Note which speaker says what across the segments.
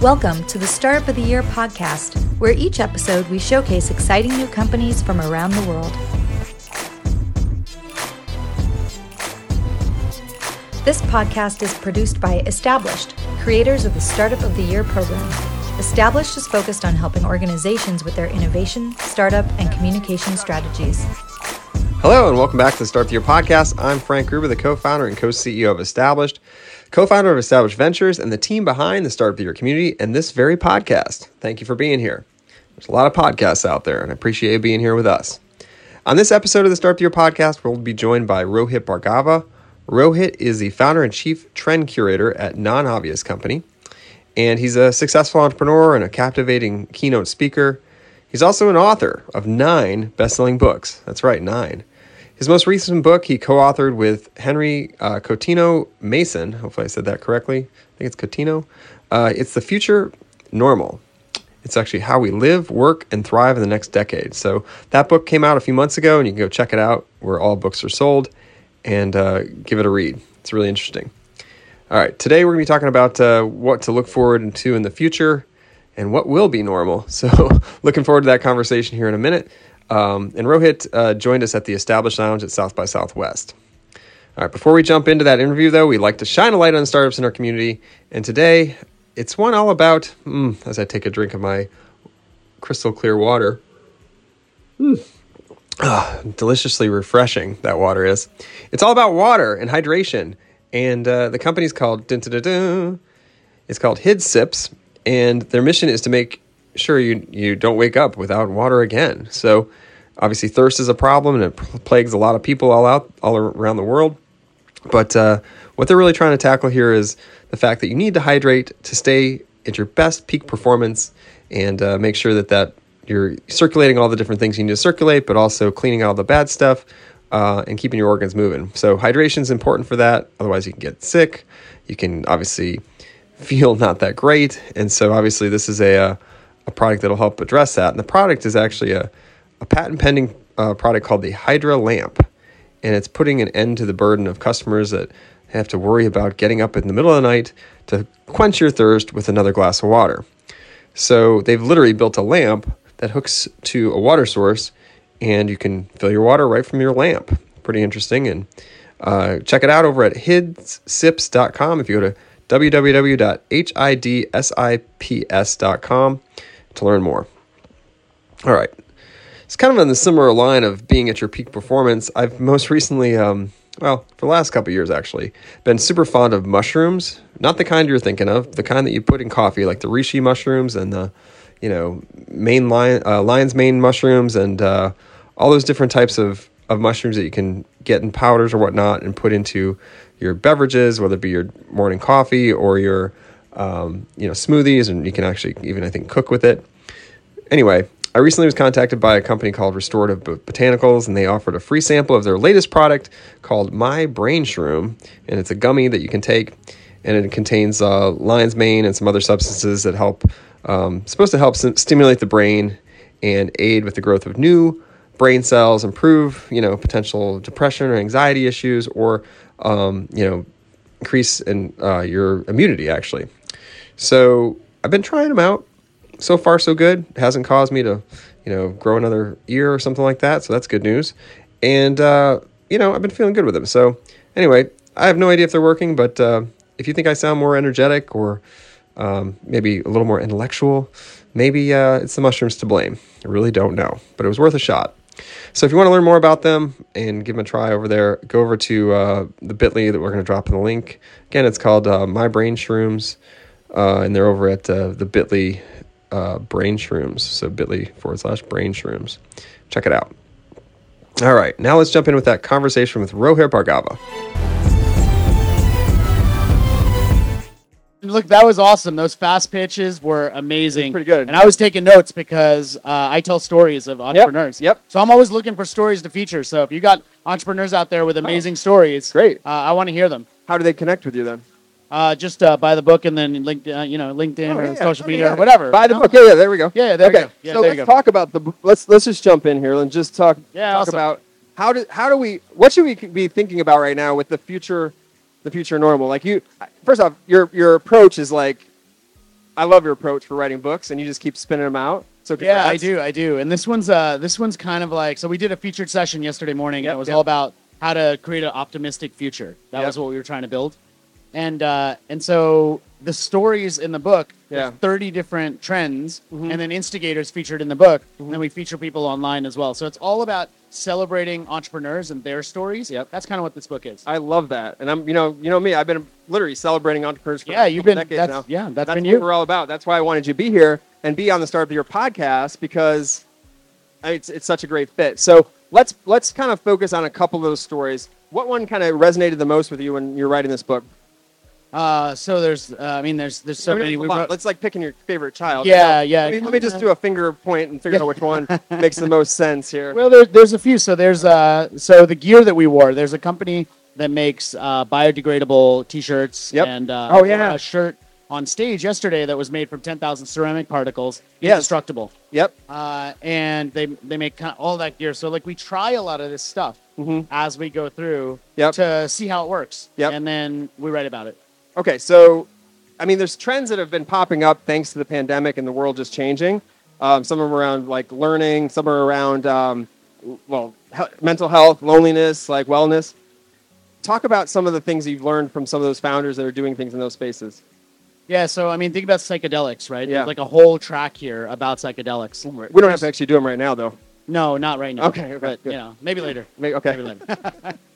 Speaker 1: Welcome to the Startup of the Year podcast, where each episode we showcase exciting new companies from around the world. This podcast is produced by Established, creators of the Startup of the Year program. Established is focused on helping organizations with their innovation, startup, and communication strategies.
Speaker 2: Hello, and welcome back to the Start of Your Podcast. I'm Frank Gruber, the co founder and co CEO of Established, co founder of Established Ventures, and the team behind the Start of Your Community and this very podcast. Thank you for being here. There's a lot of podcasts out there, and I appreciate you being here with us. On this episode of the Start of Your Podcast, we'll be joined by Rohit Bhargava. Rohit is the founder and chief trend curator at Non Obvious Company, and he's a successful entrepreneur and a captivating keynote speaker. He's also an author of nine best selling books. That's right, nine. His most recent book he co authored with Henry uh, Cotino Mason. Hopefully, I said that correctly. I think it's Cotino. Uh, it's The Future Normal. It's actually how we live, work, and thrive in the next decade. So, that book came out a few months ago, and you can go check it out where all books are sold and uh, give it a read. It's really interesting. All right, today we're going to be talking about uh, what to look forward to in the future and what will be normal. So, looking forward to that conversation here in a minute. Um, and Rohit uh, joined us at the Established Lounge at South by Southwest. All right, before we jump into that interview, though, we like to shine a light on startups in our community. And today, it's one all about, mm, as I take a drink of my crystal clear water, Ah, deliciously refreshing that water is. It's all about water and hydration. And uh, the company's called dun, dun, dun, dun. It's called Hid Sips, and their mission is to make sure you you don't wake up without water again. So, obviously, thirst is a problem, and it pl- plagues a lot of people all out all around the world. But uh, what they're really trying to tackle here is the fact that you need to hydrate to stay at your best peak performance and uh, make sure that that you're circulating all the different things you need to circulate, but also cleaning out the bad stuff uh, and keeping your organs moving. So hydration is important for that. Otherwise, you can get sick. You can obviously feel not that great, and so obviously this is a uh, a product that'll help address that. And the product is actually a a patent pending uh, product called the Hydra Lamp and it's putting an end to the burden of customers that have to worry about getting up in the middle of the night to quench your thirst with another glass of water. So they've literally built a lamp that hooks to a water source, and you can fill your water right from your lamp. Pretty interesting. And uh, check it out over at hidsips.com. If you go to www.hidsips.com to learn more. All right. It's kind of on the similar line of being at your peak performance. I've most recently, um, well, for the last couple of years actually, been super fond of mushrooms. Not the kind you're thinking of, the kind that you put in coffee, like the reishi mushrooms and the, you know, main lion, uh, lion's mane mushrooms and uh, all those different types of, of mushrooms that you can get in powders or whatnot and put into your beverages, whether it be your morning coffee or your, um, you know, smoothies. And you can actually even, I think, cook with it anyway, I recently was contacted by a company called Restorative Bo- Botanicals, and they offered a free sample of their latest product called My Brain Shroom, and it's a gummy that you can take, and it contains uh, lion's mane and some other substances that help, um, supposed to help sim- stimulate the brain and aid with the growth of new brain cells, improve you know potential depression or anxiety issues, or um, you know increase in uh, your immunity actually. So I've been trying them out so far so good. It hasn't caused me to, you know, grow another ear or something like that. So that's good news. And uh, you know, I've been feeling good with them. So anyway, I have no idea if they're working, but uh, if you think I sound more energetic or um, maybe a little more intellectual, maybe uh, it's the mushrooms to blame. I really don't know, but it was worth a shot. So if you want to learn more about them and give them a try over there, go over to uh, the Bitly that we're going to drop in the link. Again, it's called uh, My Brain Shrooms, uh, and they're over at uh, the Bitly uh, Brain Shrooms. So Bitly forward slash Brain Shrooms. Check it out. All right, now let's jump in with that conversation with Rohit Bhargava.
Speaker 3: Look, that was awesome. Those fast pitches were amazing.
Speaker 4: Pretty good.
Speaker 3: And I was taking notes because uh, I tell stories of entrepreneurs.
Speaker 4: yep.
Speaker 3: So I'm always looking for stories to feature. So if you got entrepreneurs out there with amazing stories,
Speaker 4: Great.
Speaker 3: Uh, I want to hear them.
Speaker 4: How do they connect with you then?
Speaker 3: Uh, just uh, buy the book and then LinkedIn, uh, you know, LinkedIn or
Speaker 4: yeah.
Speaker 3: social
Speaker 4: Oh,
Speaker 3: media
Speaker 4: yeah.
Speaker 3: or whatever.
Speaker 4: By the
Speaker 3: you know?
Speaker 4: book. Yeah, yeah, there we go.
Speaker 3: Yeah, yeah, there you
Speaker 4: okay.
Speaker 3: go. Yeah,
Speaker 4: so
Speaker 3: there you
Speaker 4: let's
Speaker 3: go.
Speaker 4: talk about the. Let's let's just jump in here and just talk.
Speaker 3: Yeah,
Speaker 4: talk
Speaker 3: awesome.
Speaker 4: about how do how do we what should we be thinking about right now with the future, the future normal? Like you, first off, your your approach is like,
Speaker 2: I love your approach for writing books, and you just keep spinning them out. So
Speaker 3: Yeah, I
Speaker 2: congrats.
Speaker 3: do. I do. And this one's uh this one's kind of like so we did a featured session yesterday morning
Speaker 2: Yep,
Speaker 3: and it was
Speaker 2: yep.
Speaker 3: all about how to create an optimistic future. That
Speaker 2: Yep.
Speaker 3: was what we were trying to build. And uh and so the stories in the book,
Speaker 2: Yeah. Mm-hmm.
Speaker 3: there's 30 different trends and then instigators featured in the book and then we feature people online as well. So it's all about celebrating entrepreneurs and their stories.
Speaker 2: Yep.
Speaker 3: That's kind of what this book is.
Speaker 2: I love that, and I'm you know you know me. I've been literally celebrating entrepreneurs for
Speaker 3: Yeah,
Speaker 2: a
Speaker 3: you've
Speaker 2: couple
Speaker 3: been-
Speaker 2: decades
Speaker 3: that's-
Speaker 2: now.
Speaker 3: yeah, that's
Speaker 2: that's
Speaker 3: been
Speaker 2: what
Speaker 3: you.
Speaker 2: we're all about. That's why I wanted you to be here and be on the Start of Your podcast because I mean, it's it's such a great fit. So let's let's kind of focus on a couple of those stories. What one kind of resonated the most with you when you're writing this book?
Speaker 3: Uh so there's uh, I mean there's there's so
Speaker 2: I mean,
Speaker 3: many we
Speaker 2: hold on,
Speaker 3: wrote-
Speaker 2: let's like picking your favorite child.
Speaker 3: Yeah, yeah.
Speaker 2: Let me, let me just do a finger point and figure
Speaker 3: Yeah.
Speaker 2: out which one makes the most sense here.
Speaker 3: Well, there, there's a few. So there's uh, so the gear that we wore. There's a company that makes uh, biodegradable T-shirts.
Speaker 2: Yep.
Speaker 3: And uh,
Speaker 2: Oh, yeah.
Speaker 3: a shirt on stage yesterday that was made from 10,000 ceramic particles.
Speaker 2: Yes.
Speaker 3: Indestructible.
Speaker 2: yep.
Speaker 3: Uh, and they they make kind of all that gear. So like we try a lot of this stuff as we go through
Speaker 2: Mm-hmm. Yep.
Speaker 3: to see how it works.
Speaker 2: Yep.
Speaker 3: And then we write about it.
Speaker 2: Okay, so I mean, there's trends that have been popping up thanks to the pandemic and the world just changing. Um, some of them around like learning, some are around um, well, he- mental health, loneliness, like wellness. Talk about some of the things you've learned from some of those founders that are doing things in those spaces.
Speaker 3: Yeah. So I mean, think about psychedelics, right?
Speaker 2: Yeah.
Speaker 3: There's like a whole track here about psychedelics.
Speaker 2: We don't have to actually do them right now, though.
Speaker 3: No, not right now.
Speaker 2: Okay, okay,
Speaker 3: but
Speaker 2: good.
Speaker 3: you know, maybe later.
Speaker 2: Maybe, okay.
Speaker 3: Maybe later.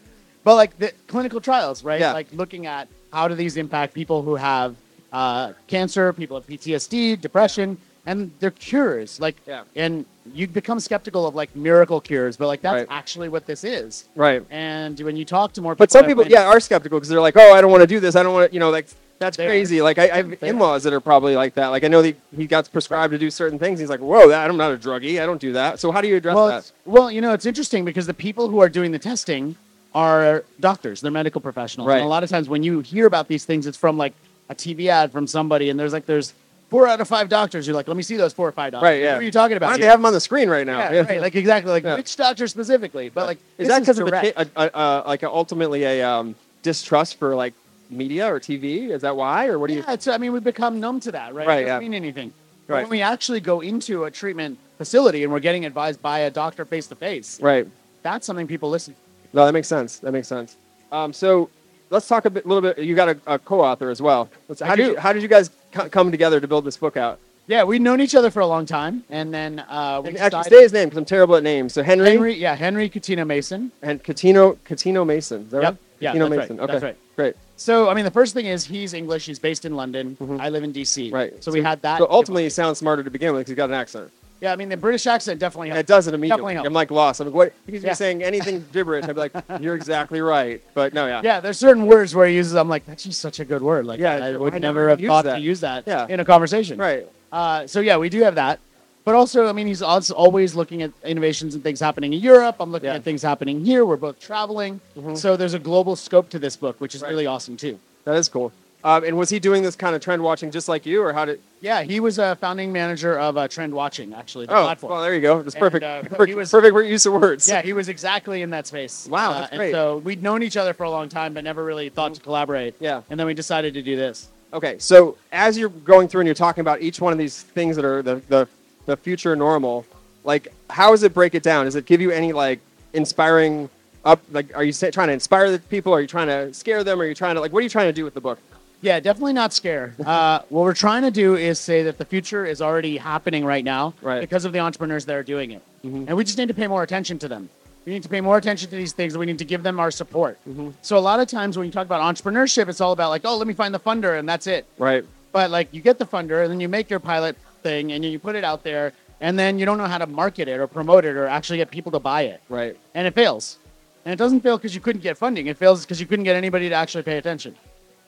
Speaker 3: but like the clinical trials, right?
Speaker 2: Yeah.
Speaker 3: Like looking at how do these impact people who have uh, cancer, people have PTSD, depression, and their cures. Like,
Speaker 2: Yeah.
Speaker 3: and you become skeptical of like miracle cures, but like that's
Speaker 2: Right.
Speaker 3: actually what this is.
Speaker 2: Right.
Speaker 3: And when you talk to more,
Speaker 2: But some
Speaker 3: that
Speaker 2: people,
Speaker 3: went-
Speaker 2: yeah, are skeptical because they're like, "Oh, I don't want to do this. I don't want to," you know, like that's
Speaker 3: They are.
Speaker 2: crazy. Like I, I have
Speaker 3: They are.
Speaker 2: in-laws that are probably like that. Like I know that he got prescribed to do certain things. He's like, "Whoa, that, I'm not a druggie. I don't do that." So how do you address
Speaker 3: Well,
Speaker 2: that?
Speaker 3: it's- well, you know, it's interesting because the people who are doing the testing are doctors, they're medical professionals.
Speaker 2: Right.
Speaker 3: And a lot of times when you hear about these things, it's from like a TV ad from somebody, and there's like, there's four out of five doctors. You're like, let me see those four or five doctors.
Speaker 2: Right, yeah.
Speaker 3: uh, What are you talking about?
Speaker 2: Why don't they have them on the screen right now?
Speaker 3: yeah, right. Like, exactly. Like,
Speaker 2: Yeah.
Speaker 3: which doctor specifically? But, like,
Speaker 2: is
Speaker 3: this
Speaker 2: that because of a,
Speaker 3: direct.
Speaker 2: ta- a, a, a like a, ultimately a um, distrust for like media or TV? Is that why, or what do you?
Speaker 3: Yeah, it's, I mean, we become numb to that, right?
Speaker 2: Right,
Speaker 3: It doesn't
Speaker 2: yeah.
Speaker 3: mean anything. But
Speaker 2: Right.
Speaker 3: When we actually go into a treatment facility and we're getting advised by a doctor face to face,
Speaker 2: Right.
Speaker 3: that's something people listen
Speaker 2: No, that makes sense. That makes sense. Um, so let's talk a bit, little bit. You got a, a co-author as well. Let's,
Speaker 3: I
Speaker 2: how did
Speaker 3: do.
Speaker 2: you, how did you guys co- come together to build this book out?
Speaker 3: Yeah, we'd known each other for a long time, and then uh, we
Speaker 2: And actually,
Speaker 3: decided-
Speaker 2: say his name because I'm terrible at names. So Henry,
Speaker 3: Henry, yeah, Henry Katina Mason.
Speaker 2: and Catino Catino Mason. Is that
Speaker 3: Yep.
Speaker 2: right?
Speaker 3: Yeah,
Speaker 2: Catino
Speaker 3: that's right.
Speaker 2: Mason. Okay.
Speaker 3: That's right.
Speaker 2: Great.
Speaker 3: So, I mean, the first thing is he's English. He's based in London. I live in DC.
Speaker 2: Mm-hmm. Right.
Speaker 3: So, we had that.
Speaker 2: So ultimately, he sounds smarter to begin with because he's got an accent.
Speaker 3: yeah, I mean, the British accent definitely
Speaker 2: And it
Speaker 3: helps.
Speaker 2: doesn't immediately.
Speaker 3: Definitely helps.
Speaker 2: I'm like lost. I'm like, what? He could be
Speaker 3: Yeah.
Speaker 2: saying anything gibberish. I'd be like, you're exactly right. But no, yeah.
Speaker 3: Yeah, there's certain words where he uses. I'm like, that's just such a good word. Like,
Speaker 2: Yeah,
Speaker 3: I would
Speaker 2: I
Speaker 3: never
Speaker 2: never
Speaker 3: have
Speaker 2: use
Speaker 3: thought
Speaker 2: that.
Speaker 3: to use that
Speaker 2: Yeah.
Speaker 3: in a conversation.
Speaker 2: Right.
Speaker 3: Uh, so yeah, we do have that. But also, I mean, he's als- always looking at innovations and things happening in Europe. I'm looking
Speaker 2: Yeah. Mm-hmm.
Speaker 3: at things happening here. We're both traveling. So there's a global scope to this book, which is
Speaker 2: Right.
Speaker 3: really awesome too.
Speaker 2: That is cool. Um, and was he doing this kind of trend watching just like you, or how did?
Speaker 3: Yeah, he was a founding manager of uh, Trend Watching, actually. The
Speaker 2: Oh,
Speaker 3: platform.
Speaker 2: well, there you go. That's
Speaker 3: And,
Speaker 2: perfect.
Speaker 3: uh, but he
Speaker 2: perfect,
Speaker 3: was-
Speaker 2: perfect use of words.
Speaker 3: yeah, he was exactly in that space. Uh,
Speaker 2: Wow, that's
Speaker 3: and
Speaker 2: great.
Speaker 3: so we'd known each other for a long time, but never really thought to collaborate.
Speaker 2: Yeah.
Speaker 3: And then we decided to do this.
Speaker 2: Okay, so as you're going through and you're talking about each one of these things that are the, the, the future normal, like how does it break it down? Does it give you any like inspiring up? Like, are you sa- trying to inspire the people? Are you trying to scare them? Are you trying to like what are you trying to do with the book?
Speaker 3: Yeah, definitely not scare. Uh, what we're trying to do is say that the future is already happening right now
Speaker 2: Right. Mm-hmm.
Speaker 3: because of the entrepreneurs that are doing it. And we just need to pay more attention to them. We need to pay more attention to these things. We need to give them our support.
Speaker 2: Mm-hmm.
Speaker 3: So, a lot of times when you talk about entrepreneurship, it's all about like, oh, let me find the funder and that's it.
Speaker 2: Right.
Speaker 3: But like you get the funder and then you make your pilot thing and you put it out there and then you don't know how to market it or promote it or actually get people to buy it.
Speaker 2: Right.
Speaker 3: And it fails. And it doesn't fail because you couldn't get funding. It fails because you couldn't get anybody to actually pay attention.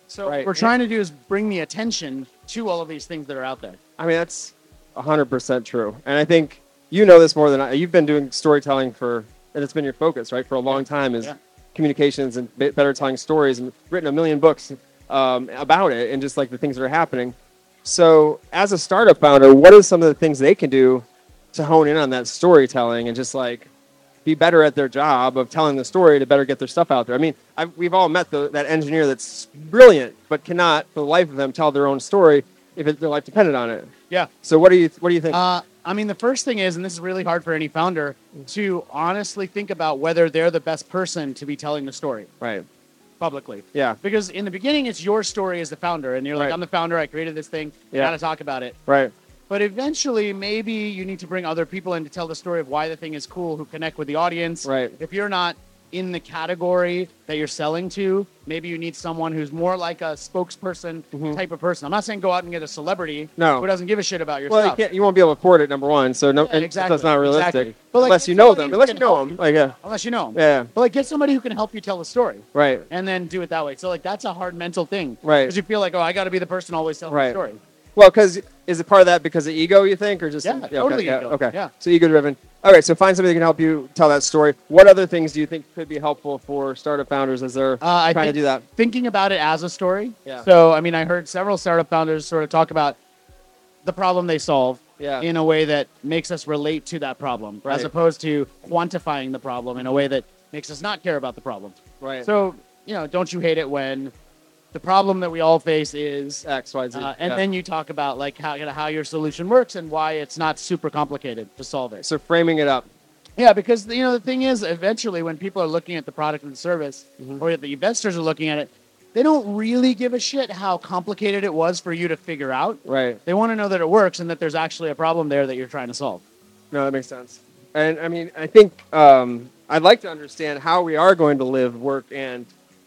Speaker 3: So
Speaker 2: Right.
Speaker 3: what we're trying to do is bring the attention to all of these things that are out there.
Speaker 2: I mean, that's 100% true. And I think you know this more than I. You've been doing storytelling for, and it's been your focus, right, for a long time is
Speaker 3: Yeah.
Speaker 2: communications and be- better telling stories and written a million books um, about it and just like the things that are happening. So, as a startup founder, what are some of the things they can do to hone in on that storytelling and just like be better at their job of telling the story to better get their stuff out there. I mean, I've, we've all met the, that engineer that's brilliant but cannot, for the life of them, tell their own story. if it, their life depended on it.
Speaker 3: Yeah.
Speaker 2: So what do you what do you think?
Speaker 3: Uh, I mean, the first thing is, and this is really hard for any founder to honestly think about whether they're the best person to be telling the story
Speaker 2: right.
Speaker 3: publicly.
Speaker 2: Yeah.
Speaker 3: Because in the beginning, it's your story as the founder, and you're like,
Speaker 2: Right.
Speaker 3: I'm the founder. I created this thing.
Speaker 2: Yeah.
Speaker 3: Got to talk about it.
Speaker 2: Right.
Speaker 3: But eventually, maybe you need to bring other people in to tell the story of why the thing is cool, who connect with the audience.
Speaker 2: Right.
Speaker 3: If you're not in the category that you're selling to, maybe you need someone who's more like a spokesperson
Speaker 2: Mhm.
Speaker 3: type of person. I'm not saying go out and get a celebrity
Speaker 2: No.
Speaker 3: who doesn't give a shit about your
Speaker 2: Well, you,
Speaker 3: stuff.
Speaker 2: can't, you won't be able to afford it. Number one, so no,
Speaker 3: Yeah,
Speaker 2: and
Speaker 3: exactly,
Speaker 2: that's not realistic.
Speaker 3: exactly. But, like,
Speaker 2: unless
Speaker 3: if
Speaker 2: you know
Speaker 3: somebody
Speaker 2: them, unless you
Speaker 3: can
Speaker 2: know
Speaker 3: help
Speaker 2: them, like yeah,
Speaker 3: Unless you know 'em.
Speaker 2: yeah,
Speaker 3: But like, get somebody who can help you tell the story
Speaker 2: right,
Speaker 3: and then do it that way. So like, that's a hard mental thing.
Speaker 2: Right.
Speaker 3: Because you feel like, oh, I got to be the person always telling
Speaker 2: Right.
Speaker 3: the story.
Speaker 2: Well, because is it part of that because of ego, you think, or just
Speaker 3: Yeah,
Speaker 2: okay,
Speaker 3: totally
Speaker 2: yeah,
Speaker 3: ego,
Speaker 2: Okay,
Speaker 3: yeah.
Speaker 2: So ego driven. All right, so find somebody that can help you tell that story. What other things do you think could be helpful for startup founders as they're
Speaker 3: Uh, I
Speaker 2: trying
Speaker 3: think
Speaker 2: to do that?
Speaker 3: Thinking about it as a story.
Speaker 2: Yeah.
Speaker 3: So I mean, I heard several startup founders sort of talk about the problem they solve
Speaker 2: Yeah.
Speaker 3: in a way that makes us relate to that problem,
Speaker 2: Right.
Speaker 3: as opposed to quantifying the problem in a way that makes us not care about the problem.
Speaker 2: Right.
Speaker 3: So you know, don't you hate it when the problem that we all face is
Speaker 2: X, Y, Z.
Speaker 3: Uh, and
Speaker 2: yeah.
Speaker 3: then you talk about like how you know, how your solution works and why it's not super complicated to solve it.
Speaker 2: so framing it up.
Speaker 3: Yeah, because you know the thing is, eventually when people are looking at the product and service,
Speaker 2: Mhm.
Speaker 3: or the investors are looking at it, they don't really give a shit how complicated it was for you to figure out.
Speaker 2: Right.
Speaker 3: They want to know that it works and that there's actually a problem there that you're trying to solve.
Speaker 2: No, that makes sense. And I mean, I think um, I'd like to understand how we are going to live, work, and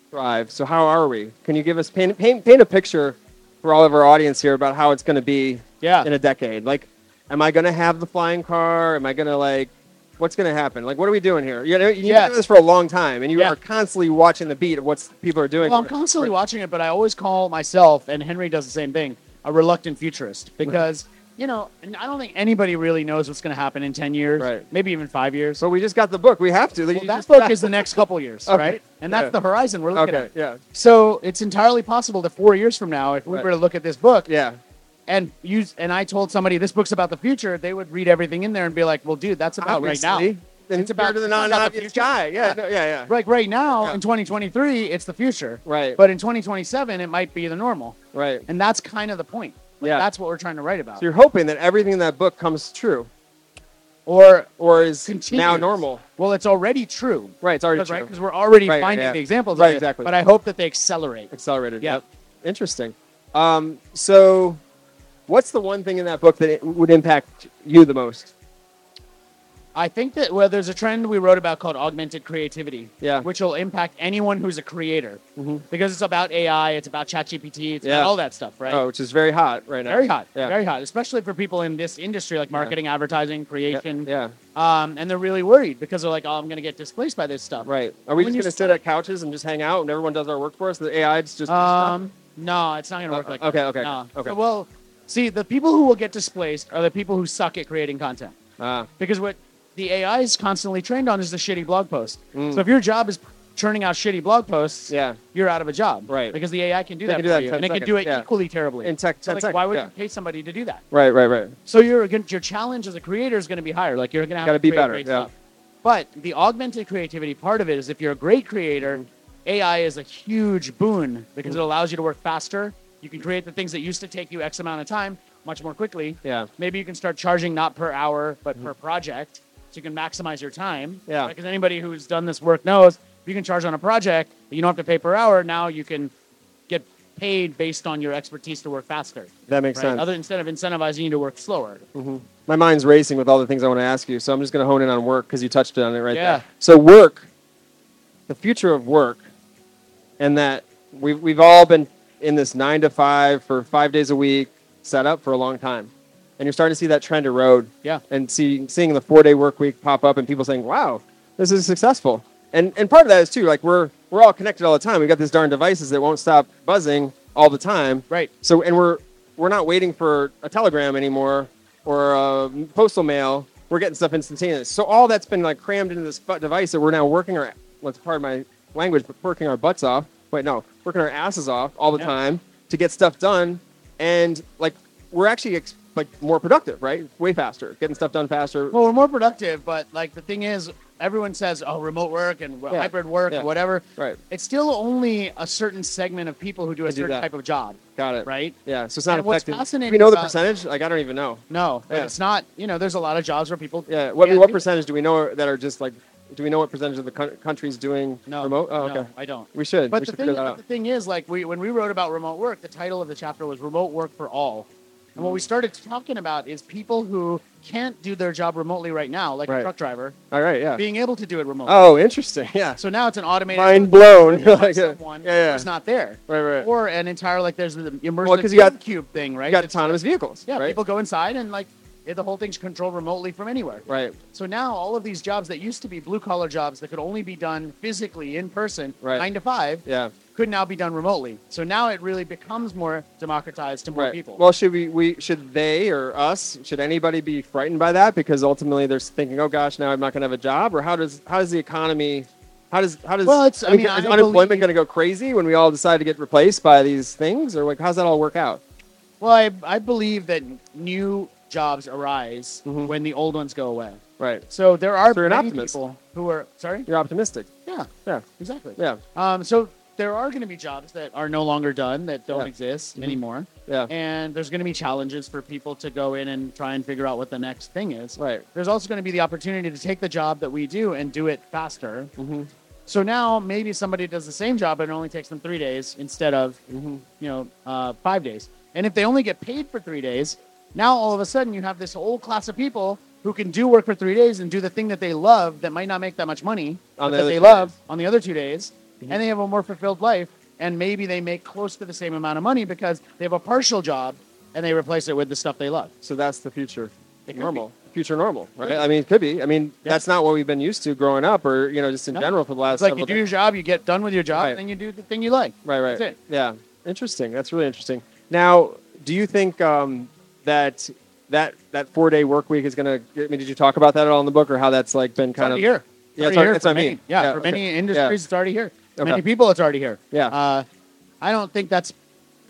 Speaker 2: thrive. So how are we? Can you give us paint paint, paint a picture for all of our audience here about how it's going to be
Speaker 3: Yeah,
Speaker 2: in a decade? Like, am I going to have the flying car? Am I going to like, what's going to happen? Like, what are we doing here? You know, you've been
Speaker 3: Yeah.
Speaker 2: doing this for a long time, and you
Speaker 3: Yeah.
Speaker 2: are constantly watching the beat of what people are doing.
Speaker 3: well, I'm constantly watching it, but I always call myself and Henry does the same thing a reluctant futurist because you know and I don't think anybody really knows what's going to happen in ten years,
Speaker 2: Right.
Speaker 3: maybe even five years.
Speaker 2: So we just got the book. We have to.
Speaker 3: well,
Speaker 2: You
Speaker 3: that
Speaker 2: just-
Speaker 3: book is the next couple years,
Speaker 2: Okay.
Speaker 3: right? And that's
Speaker 2: Yeah.
Speaker 3: the horizon we're looking
Speaker 2: okay.
Speaker 3: at.
Speaker 2: Yeah.
Speaker 3: So it's entirely possible that four years from now, if we
Speaker 2: Right.
Speaker 3: were to look at this book
Speaker 2: Yeah.
Speaker 3: and use and I told somebody this book's about the future, they would read everything in there and be like, "Well, dude, that's about right
Speaker 2: Obviously.
Speaker 3: now."
Speaker 2: And
Speaker 3: It's about-
Speaker 2: compared to the
Speaker 3: it's about the
Speaker 2: non-obvious
Speaker 3: future.
Speaker 2: guy. Yeah. no, yeah. Yeah.
Speaker 3: Like right now
Speaker 2: Yeah.
Speaker 3: in 2023, it's the future.
Speaker 2: Right.
Speaker 3: But in 2027, it might be the normal,
Speaker 2: Right.
Speaker 3: and that's kind of the point. Like,
Speaker 2: Yeah.
Speaker 3: That's what we're trying to write about.
Speaker 2: So you're hoping that everything in that book comes true
Speaker 3: or
Speaker 2: or is
Speaker 3: Continues.
Speaker 2: now normal.
Speaker 3: well, it's already true.
Speaker 2: Right, it's already
Speaker 3: Because
Speaker 2: true.
Speaker 3: right, 'Cause we're already
Speaker 2: Right,
Speaker 3: finding
Speaker 2: yeah.
Speaker 3: the examples.
Speaker 2: Right,
Speaker 3: of it,
Speaker 2: exactly.
Speaker 3: But I hope that they accelerate.
Speaker 2: Accelerated.
Speaker 3: Yeah.
Speaker 2: Yep. Interesting. Um, so what's the one thing in that book that it would impact you the most?
Speaker 3: I think that well, there's a trend we wrote about called augmented creativity.
Speaker 2: Yeah.
Speaker 3: Which will impact anyone who's a creator
Speaker 2: Mhm.
Speaker 3: because it's about AI, it's about ChatGPT, it's
Speaker 2: Yeah.
Speaker 3: about all that stuff, right?
Speaker 2: Oh, which is very hot right now.
Speaker 3: Very hot,
Speaker 2: Yeah.
Speaker 3: very hot, especially for people in this industry like marketing, advertising,
Speaker 2: yeah.
Speaker 3: creation.
Speaker 2: yeah.
Speaker 3: Um, and they're really worried because they're like, oh, I'm going to get displaced by this stuff.
Speaker 2: Right. Are we
Speaker 3: When you
Speaker 2: just going to sit at couches and just hang out and everyone does our work for us? The AI is just.
Speaker 3: Um, no, it's not going to work
Speaker 2: Uh,
Speaker 3: like
Speaker 2: okay,
Speaker 3: that.
Speaker 2: okay,
Speaker 3: No.
Speaker 2: okay.
Speaker 3: So, well, see, the people who will get displaced are the people who suck at creating content.
Speaker 2: Ah,
Speaker 3: because what the AI is constantly trained on is the shitty blog post.
Speaker 2: Mm.
Speaker 3: So if your job is churning out shitty blog posts,
Speaker 2: Yeah.
Speaker 3: you're out of a job,
Speaker 2: Right.
Speaker 3: Because the AI can do
Speaker 2: They
Speaker 3: that
Speaker 2: can
Speaker 3: for
Speaker 2: do that in
Speaker 3: you,
Speaker 2: 10
Speaker 3: and it can do it
Speaker 2: seconds, yeah.
Speaker 3: equally terribly.
Speaker 2: In tech-
Speaker 3: so
Speaker 2: 10
Speaker 3: like,
Speaker 2: seconds,
Speaker 3: why would
Speaker 2: yeah.
Speaker 3: you pay somebody to do that?
Speaker 2: right, right, right.
Speaker 3: So you're gonna, your challenge as a creator is going to be higher. Like you're going to have
Speaker 2: Gotta
Speaker 3: to
Speaker 2: be
Speaker 3: create
Speaker 2: better,
Speaker 3: Great
Speaker 2: yeah.
Speaker 3: stuff. But the augmented creativity part of it is if you're a great creator, AI is a huge boon because
Speaker 2: Mm.
Speaker 3: it allows you to work faster. You can create the things that used to take you X amount of time much more quickly.
Speaker 2: Yeah. Mm-hmm.
Speaker 3: Maybe you can start charging not per hour, but per project. So you can maximize your time.
Speaker 2: Yeah.
Speaker 3: Because anybody who's done this work knows if you can charge on a project, but you don't have to pay per hour. Now you can get paid based on your expertise to work faster.
Speaker 2: That makes
Speaker 3: Right?
Speaker 2: sense.
Speaker 3: Other instead of incentivizing you to work slower.
Speaker 2: My mind's racing with all the things I want to ask you, so I'm just going to hone in on work because you touched on it right
Speaker 3: Yeah.
Speaker 2: there. So work, the future of work, and that we've we've all been in this nine to five for five days a week setup for a long time, and you're starting to see that trend erode
Speaker 3: Yeah.
Speaker 2: and see, seeing the four day work week pop up and people saying, wow, this is successful. And, and part of that is too, like we're, we're all connected all the time. We've got these darn devices that won't stop buzzing all the time.
Speaker 3: Right.
Speaker 2: So, and we're, we're not waiting for a telegram anymore or uh, postal mail. We're getting stuff instantaneous. So all that's been like crammed into this fu- device that we're now working our, let's pardon my language, but working our butts off. Wait, no, working our asses off all the
Speaker 3: Yeah.
Speaker 2: time to get stuff done. And like, we're actually ex- like more productive, right? Way faster, getting stuff done faster.
Speaker 3: Well, we're more productive, but like the thing is, everyone says, oh, remote work and
Speaker 2: Yeah.
Speaker 3: hybrid work,
Speaker 2: Yeah.
Speaker 3: whatever.
Speaker 2: Right.
Speaker 3: It's still only a certain segment of people who do a
Speaker 2: Who do
Speaker 3: certain
Speaker 2: that.
Speaker 3: type of job,
Speaker 2: Got it.
Speaker 3: right?
Speaker 2: Yeah. So it's not
Speaker 3: And what's
Speaker 2: effective.
Speaker 3: fascinating
Speaker 2: Do we know the
Speaker 3: about-
Speaker 2: percentage? Like I don't even know.
Speaker 3: No, but
Speaker 2: Yeah.
Speaker 3: it's not. You know, there's a lot of jobs where people.
Speaker 2: Yeah. What, I mean,
Speaker 3: can't
Speaker 2: what
Speaker 3: do-
Speaker 2: percentage do we know that are just like? Do we know what percentage of the coun- country's doing
Speaker 3: No,
Speaker 2: remote? Oh,
Speaker 3: no,
Speaker 2: okay.
Speaker 3: I don't.
Speaker 2: We should.
Speaker 3: But
Speaker 2: we
Speaker 3: the
Speaker 2: should
Speaker 3: thing,
Speaker 2: figure that
Speaker 3: but
Speaker 2: out.
Speaker 3: the thing is, like we when we wrote about remote work, the title of the chapter was "Remote Work for All," and what we
Speaker 2: Mm.
Speaker 3: started talking about is people who can't do their job remotely right now, like
Speaker 2: Right.
Speaker 3: a truck driver,
Speaker 2: All right. Yeah.
Speaker 3: being able to do it remotely.
Speaker 2: Oh, interesting. Yeah.
Speaker 3: So now it's an automated
Speaker 2: Mind blown.
Speaker 3: by
Speaker 2: like, yeah.
Speaker 3: someone
Speaker 2: yeah.
Speaker 3: who's not there,
Speaker 2: Right. Right.
Speaker 3: or an entire like there's the immersive
Speaker 2: 'cause you got-
Speaker 3: cube thing, right?
Speaker 2: you got
Speaker 3: It's-
Speaker 2: autonomous vehicles.
Speaker 3: yeah,
Speaker 2: Right.
Speaker 3: people go inside and like yeah, the whole thing's controlled remotely from anywhere.
Speaker 2: Right.
Speaker 3: So now all of these jobs that used to be blue collar jobs that could only be done physically in person,
Speaker 2: Right.
Speaker 3: nine to five,
Speaker 2: Yeah.
Speaker 3: could now be done remotely. So now it really becomes more democratized to more
Speaker 2: Right.
Speaker 3: people.
Speaker 2: Well, should we, we should they or us should anybody be frightened by that because ultimately they're thinking, oh gosh, now I'm not going to have a job, or how does how does the economy, how does how does
Speaker 3: Well, it's- I mean,
Speaker 2: is
Speaker 3: I
Speaker 2: unemployment
Speaker 3: believe-
Speaker 2: going to go crazy when we all decide to get replaced by these things, or like how's that all work out?
Speaker 3: well, I, I believe that new jobs arise
Speaker 2: Mhm.
Speaker 3: when the old ones go away.
Speaker 2: Right.
Speaker 3: So there are
Speaker 2: So you're an
Speaker 3: many
Speaker 2: optimist.
Speaker 3: people who are sorry.
Speaker 2: You're optimistic.
Speaker 3: Yeah,
Speaker 2: Yeah.
Speaker 3: exactly.
Speaker 2: Yeah.
Speaker 3: Um, so there are going to be jobs that are no longer done that don't
Speaker 2: Yeah.
Speaker 3: exist
Speaker 2: Mhm.
Speaker 3: anymore,
Speaker 2: Yeah.
Speaker 3: and there's going to be challenges for people to go in and try and figure out what the next thing is.
Speaker 2: Right.
Speaker 3: There's also going to be the opportunity to take the job that we do and do it faster.
Speaker 2: Mm-hmm.
Speaker 3: So now maybe somebody does the same job and it only takes them three days instead of
Speaker 2: Mm-hmm.
Speaker 3: you know uh, five days. And if they only get paid for three days, now all of a sudden you have this whole class of people who can do work for three days and do the thing that they love that might not make that much money
Speaker 2: On the
Speaker 3: but that
Speaker 2: other
Speaker 3: they
Speaker 2: two
Speaker 3: love
Speaker 2: days. Mm-hmm.
Speaker 3: on the other two days, and they have a more fulfilled life. And maybe they make close to the same amount of money because they have a partial job and they replace it with the stuff they love.
Speaker 2: So that's the future.
Speaker 3: It could be.
Speaker 2: normal. Future normal, right? I mean, it could be. I mean,
Speaker 3: Yeah.
Speaker 2: that's not what we've been used to growing up, or you know, just in
Speaker 3: No.
Speaker 2: general for the last.
Speaker 3: It's like
Speaker 2: several
Speaker 3: you do
Speaker 2: dec-
Speaker 3: your job, you get done with your job,
Speaker 2: Right.
Speaker 3: and then you do the thing you like.
Speaker 2: Right, right.
Speaker 3: That's it.
Speaker 2: Yeah, interesting. That's really interesting. Now, do you think um, that that that four day work week is going to? I mean, did you talk about that at all in the book, or how that's like been
Speaker 3: It's
Speaker 2: kind
Speaker 3: already
Speaker 2: of?
Speaker 3: here.
Speaker 2: Yeah, it's
Speaker 3: Already
Speaker 2: al-
Speaker 3: here
Speaker 2: it's
Speaker 3: for
Speaker 2: what I mean.
Speaker 3: many- Yeah,
Speaker 2: Yeah,
Speaker 3: for
Speaker 2: okay.
Speaker 3: many
Speaker 2: Yeah.
Speaker 3: industries, it's already here.
Speaker 2: Okay.
Speaker 3: Many people, it's already here.
Speaker 2: Yeah.
Speaker 3: Uh, I don't think that's.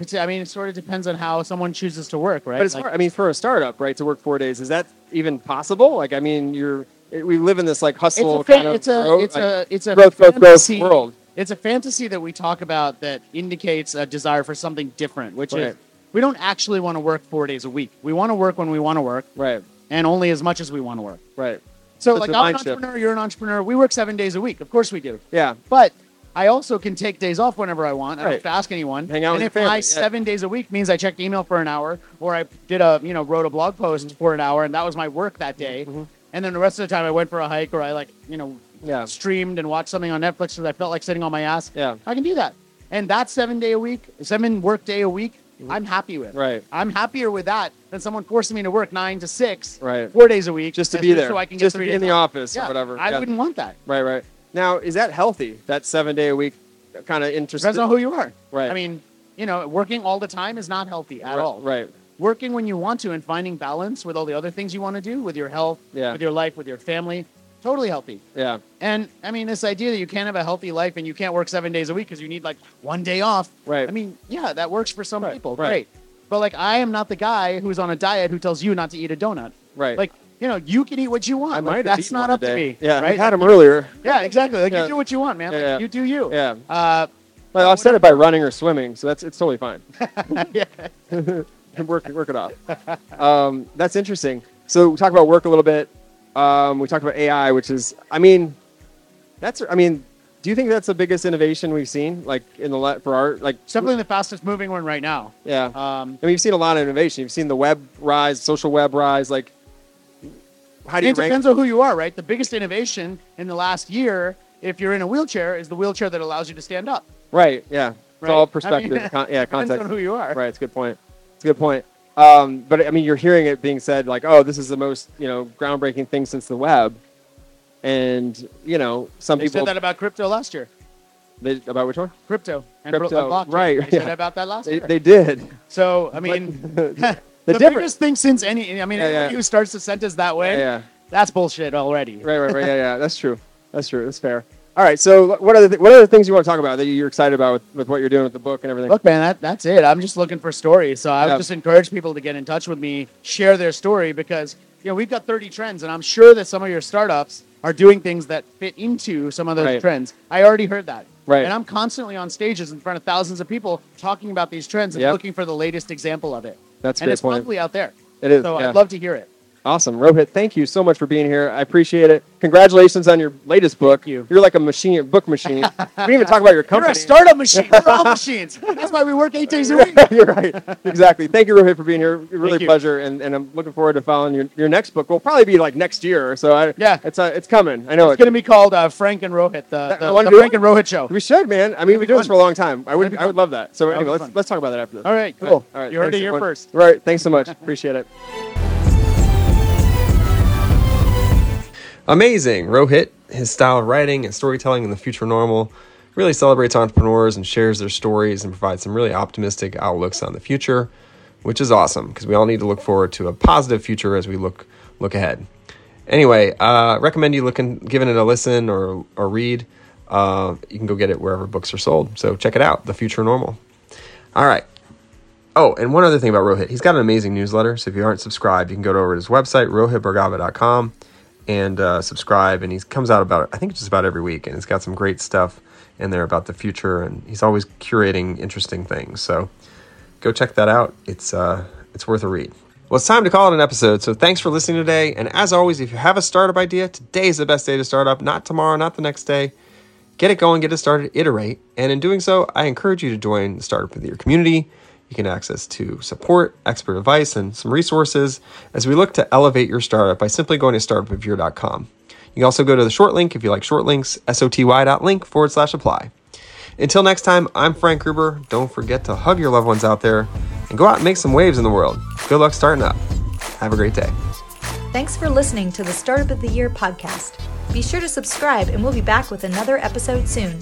Speaker 3: it's- I mean, it sort of depends on how someone chooses to work, right?
Speaker 2: But it's
Speaker 3: Like,
Speaker 2: hard. I mean, for a startup, right, to work four days is that even possible? Like, I mean, you're it- we live in this like
Speaker 3: it's a,
Speaker 2: hustle
Speaker 3: fa-
Speaker 2: kind of
Speaker 3: it's a,
Speaker 2: gro-
Speaker 3: it's
Speaker 2: like,
Speaker 3: a, it's a
Speaker 2: growth, growth, growth
Speaker 3: fantasy-
Speaker 2: world.
Speaker 3: It's a fantasy that we talk about that indicates a desire for something different, which
Speaker 2: Right.
Speaker 3: is we don't actually want to work four days a week. We want to work when we want to work,
Speaker 2: Right,
Speaker 3: and only as much as we want to work.
Speaker 2: right.
Speaker 3: So,
Speaker 2: It's
Speaker 3: like,
Speaker 2: a
Speaker 3: I'm an
Speaker 2: mind shift.
Speaker 3: entrepreneur. You're an entrepreneur. We work seven days a week. Of course, we do.
Speaker 2: Yeah,
Speaker 3: But I also can take days off whenever I want. I don't
Speaker 2: Right.
Speaker 3: have to ask anyone.
Speaker 2: Hang out
Speaker 3: and
Speaker 2: with
Speaker 3: if
Speaker 2: your
Speaker 3: my
Speaker 2: family, yeah.
Speaker 3: seven days a week means I checked email for an hour, or I did a you know wrote a blog
Speaker 2: Mm-hmm.
Speaker 3: post for an hour, and that was my work that day. And then the rest of the time I went for a hike, or I like you know
Speaker 2: yeah,
Speaker 3: streamed and watched something on Netflix because I felt like sitting on my ass.
Speaker 2: Yeah.
Speaker 3: I can do that. And that seven day a week, seven work day a week, I'm happy with.
Speaker 2: Mm-hmm. Right.
Speaker 3: I'm happier with that than someone forcing me to work nine to six,
Speaker 2: Right.
Speaker 3: four days a week,
Speaker 2: just to
Speaker 3: and
Speaker 2: be there,
Speaker 3: so I can get
Speaker 2: just to
Speaker 3: three
Speaker 2: be in
Speaker 3: days
Speaker 2: the
Speaker 3: off.
Speaker 2: office
Speaker 3: Yeah,
Speaker 2: or whatever.
Speaker 3: I
Speaker 2: Yeah.
Speaker 3: wouldn't want that.
Speaker 2: Right, right. Now, is that healthy? That seven day a week kind of interest.
Speaker 3: Depends on who you are.
Speaker 2: Right.
Speaker 3: I mean, you know, working all the time is not healthy at
Speaker 2: Right,
Speaker 3: all.
Speaker 2: Right.
Speaker 3: Working when you want to and finding balance with all the other things you want to do, with your health,
Speaker 2: Yeah.
Speaker 3: with your life, with your family, totally healthy.
Speaker 2: Yeah.
Speaker 3: And I mean, this idea that you can't have a healthy life and you can't work seven days a week because you need like one day off.
Speaker 2: Right.
Speaker 3: I mean, yeah, that works for some
Speaker 2: Right,
Speaker 3: people.
Speaker 2: right.
Speaker 3: Great. But like, I am not the guy who's on a diet who tells you not to eat a donut.
Speaker 2: Right.
Speaker 3: Like, you know, you can eat what you want.
Speaker 2: I
Speaker 3: Like,
Speaker 2: might. have
Speaker 3: that's
Speaker 2: eaten
Speaker 3: not
Speaker 2: one
Speaker 3: up to
Speaker 2: today.
Speaker 3: me.
Speaker 2: Yeah.
Speaker 3: Right.
Speaker 2: I had them earlier.
Speaker 3: yeah. Exactly. Like
Speaker 2: Yeah.
Speaker 3: you do what you want, man.
Speaker 2: Yeah,
Speaker 3: Like,
Speaker 2: yeah.
Speaker 3: You do you.
Speaker 2: Yeah.
Speaker 3: Uh,
Speaker 2: Well, I offset it by running or swimming, so that's it's totally fine.
Speaker 3: yeah.
Speaker 2: work work it off. Um, that's interesting. So we talked about work a little bit. Um, we talked about AI, which is, I mean, that's, I mean, do you think that's the biggest innovation we've seen, like in the la- for our like?
Speaker 3: It's definitely the fastest moving one right now.
Speaker 2: Yeah.
Speaker 3: Um,
Speaker 2: I mean, you've seen a lot of innovation. You've seen the web rise, social web rise. Like, how do you
Speaker 3: it
Speaker 2: rank?
Speaker 3: depends on who you are, right? The biggest innovation in the last year, if you're in a wheelchair, is the wheelchair that allows you to stand up.
Speaker 2: Right. Yeah.
Speaker 3: Right.
Speaker 2: It's all
Speaker 3: I mean,
Speaker 2: perspective. con- yeah.
Speaker 3: Depends
Speaker 2: Context.
Speaker 3: on who you are.
Speaker 2: Right. It's a good point. It's a good point. Um, but I mean, you're hearing it being said like, oh, this is the most you know groundbreaking thing since the web, and you know some
Speaker 3: They
Speaker 2: people
Speaker 3: said that about crypto last year.
Speaker 2: they, about which one?
Speaker 3: Crypto and bro-
Speaker 2: Crypto,
Speaker 3: blockchain.
Speaker 2: right,
Speaker 3: They said
Speaker 2: yeah.
Speaker 3: about that last
Speaker 2: They,
Speaker 3: year.
Speaker 2: they did.
Speaker 3: so I mean, the,
Speaker 2: difference-
Speaker 3: biggest thing since any, I mean,
Speaker 2: Yeah, yeah.
Speaker 3: anybody who starts the sentence that way,
Speaker 2: Yeah.
Speaker 3: that's bullshit already.
Speaker 2: Right. Right. Right. yeah. Yeah. That's true. That's true. That's fair. All right. So what are the what are the things you want to talk about that you're excited about with, with what you're doing with the book and everything?
Speaker 3: Look, man, that, that's it. I'm just looking for stories. So I would
Speaker 2: Yeah.
Speaker 3: just encourage people to get in touch with me, share their story because you know we've got 30 trends, and I'm sure that some of your startups are doing things that fit into some of those
Speaker 2: Right.
Speaker 3: trends. I already heard that.
Speaker 2: Right.
Speaker 3: And I'm constantly on stages in front of thousands of people talking about these trends and
Speaker 2: Yep.
Speaker 3: looking for the latest example of it.
Speaker 2: That's a
Speaker 3: and
Speaker 2: great
Speaker 3: it's
Speaker 2: point.
Speaker 3: probably out there.
Speaker 2: It is,
Speaker 3: So
Speaker 2: yeah.
Speaker 3: I'd love to hear it.
Speaker 2: Awesome, Rohit. Thank you so much for being here. I appreciate it. Congratulations on your latest book.
Speaker 3: you.
Speaker 2: are like a machine, a book machine. we didn't even talk about your
Speaker 3: You're
Speaker 2: company.
Speaker 3: a startup machine. We're all machines. That's why we work eight days a week.
Speaker 2: You're right. Exactly. Thank you, Rohit, for being here. Really
Speaker 3: Thank
Speaker 2: a
Speaker 3: you.
Speaker 2: pleasure, and, and I'm looking forward to following your, your next book. Will probably be like next year. So I,
Speaker 3: Yeah.
Speaker 2: it's uh, it's coming. I know
Speaker 3: It's going to be called uh, Frank and Rohit, the,
Speaker 2: I
Speaker 3: the,
Speaker 2: wanna
Speaker 3: the
Speaker 2: do it.
Speaker 3: Frank and Rohit show.
Speaker 2: We should, man. I mean, we've been doing this
Speaker 3: fun.
Speaker 2: for a long time. I would
Speaker 3: That'd be
Speaker 2: I would love that. So
Speaker 3: That'd
Speaker 2: anyway,
Speaker 3: be
Speaker 2: let's
Speaker 3: fun.
Speaker 2: let's talk about that after this.
Speaker 3: All right, cool.
Speaker 2: All right.
Speaker 3: You heard
Speaker 2: thanks,
Speaker 3: it here
Speaker 2: everyone.
Speaker 3: first.
Speaker 2: All right. Thanks so much. appreciate it.
Speaker 5: Amazing. Rohit, his style of writing and storytelling in the future normal really celebrates entrepreneurs and shares their stories and provides some really optimistic outlooks on the future, which is awesome because we all need to look forward to a positive future as we look look ahead. Anyway, uh, recommend you looking giving it a listen or or read. Uh, you can go get it wherever books are sold. So check it out, The Future Normal. All right. Oh, and one other thing about Rohit. He's got an amazing newsletter. So if you aren't subscribed, you can go to over to his website, rohitbergava.com, and uh, subscribe. And he comes out about, I think, just about every week. And it's got some great stuff in there about the future. And he's always curating interesting things. So go check that out. It's, uh, it's worth a read. Well, it's time to call it an episode. So thanks for listening today. And as always, if you have a startup idea, today is the best day to start up, not tomorrow, not the next day. Get it going, get it started, iterate. And in doing so, I encourage you to join the Startup of the Year community. You can access to support, expert advice, and some resources as we look to elevate your startup by simply going to startupofyear.com. You can also go to the short link if you like short links, soty.link forward slash apply. Until next time, I'm Frank Gruber. Don't forget to hug your loved ones out there and go out and make some waves in the world. Good luck starting up. Have a great day.
Speaker 1: Thanks for listening to the Startup of the Year podcast. Be sure to subscribe, and we'll be back with another episode soon.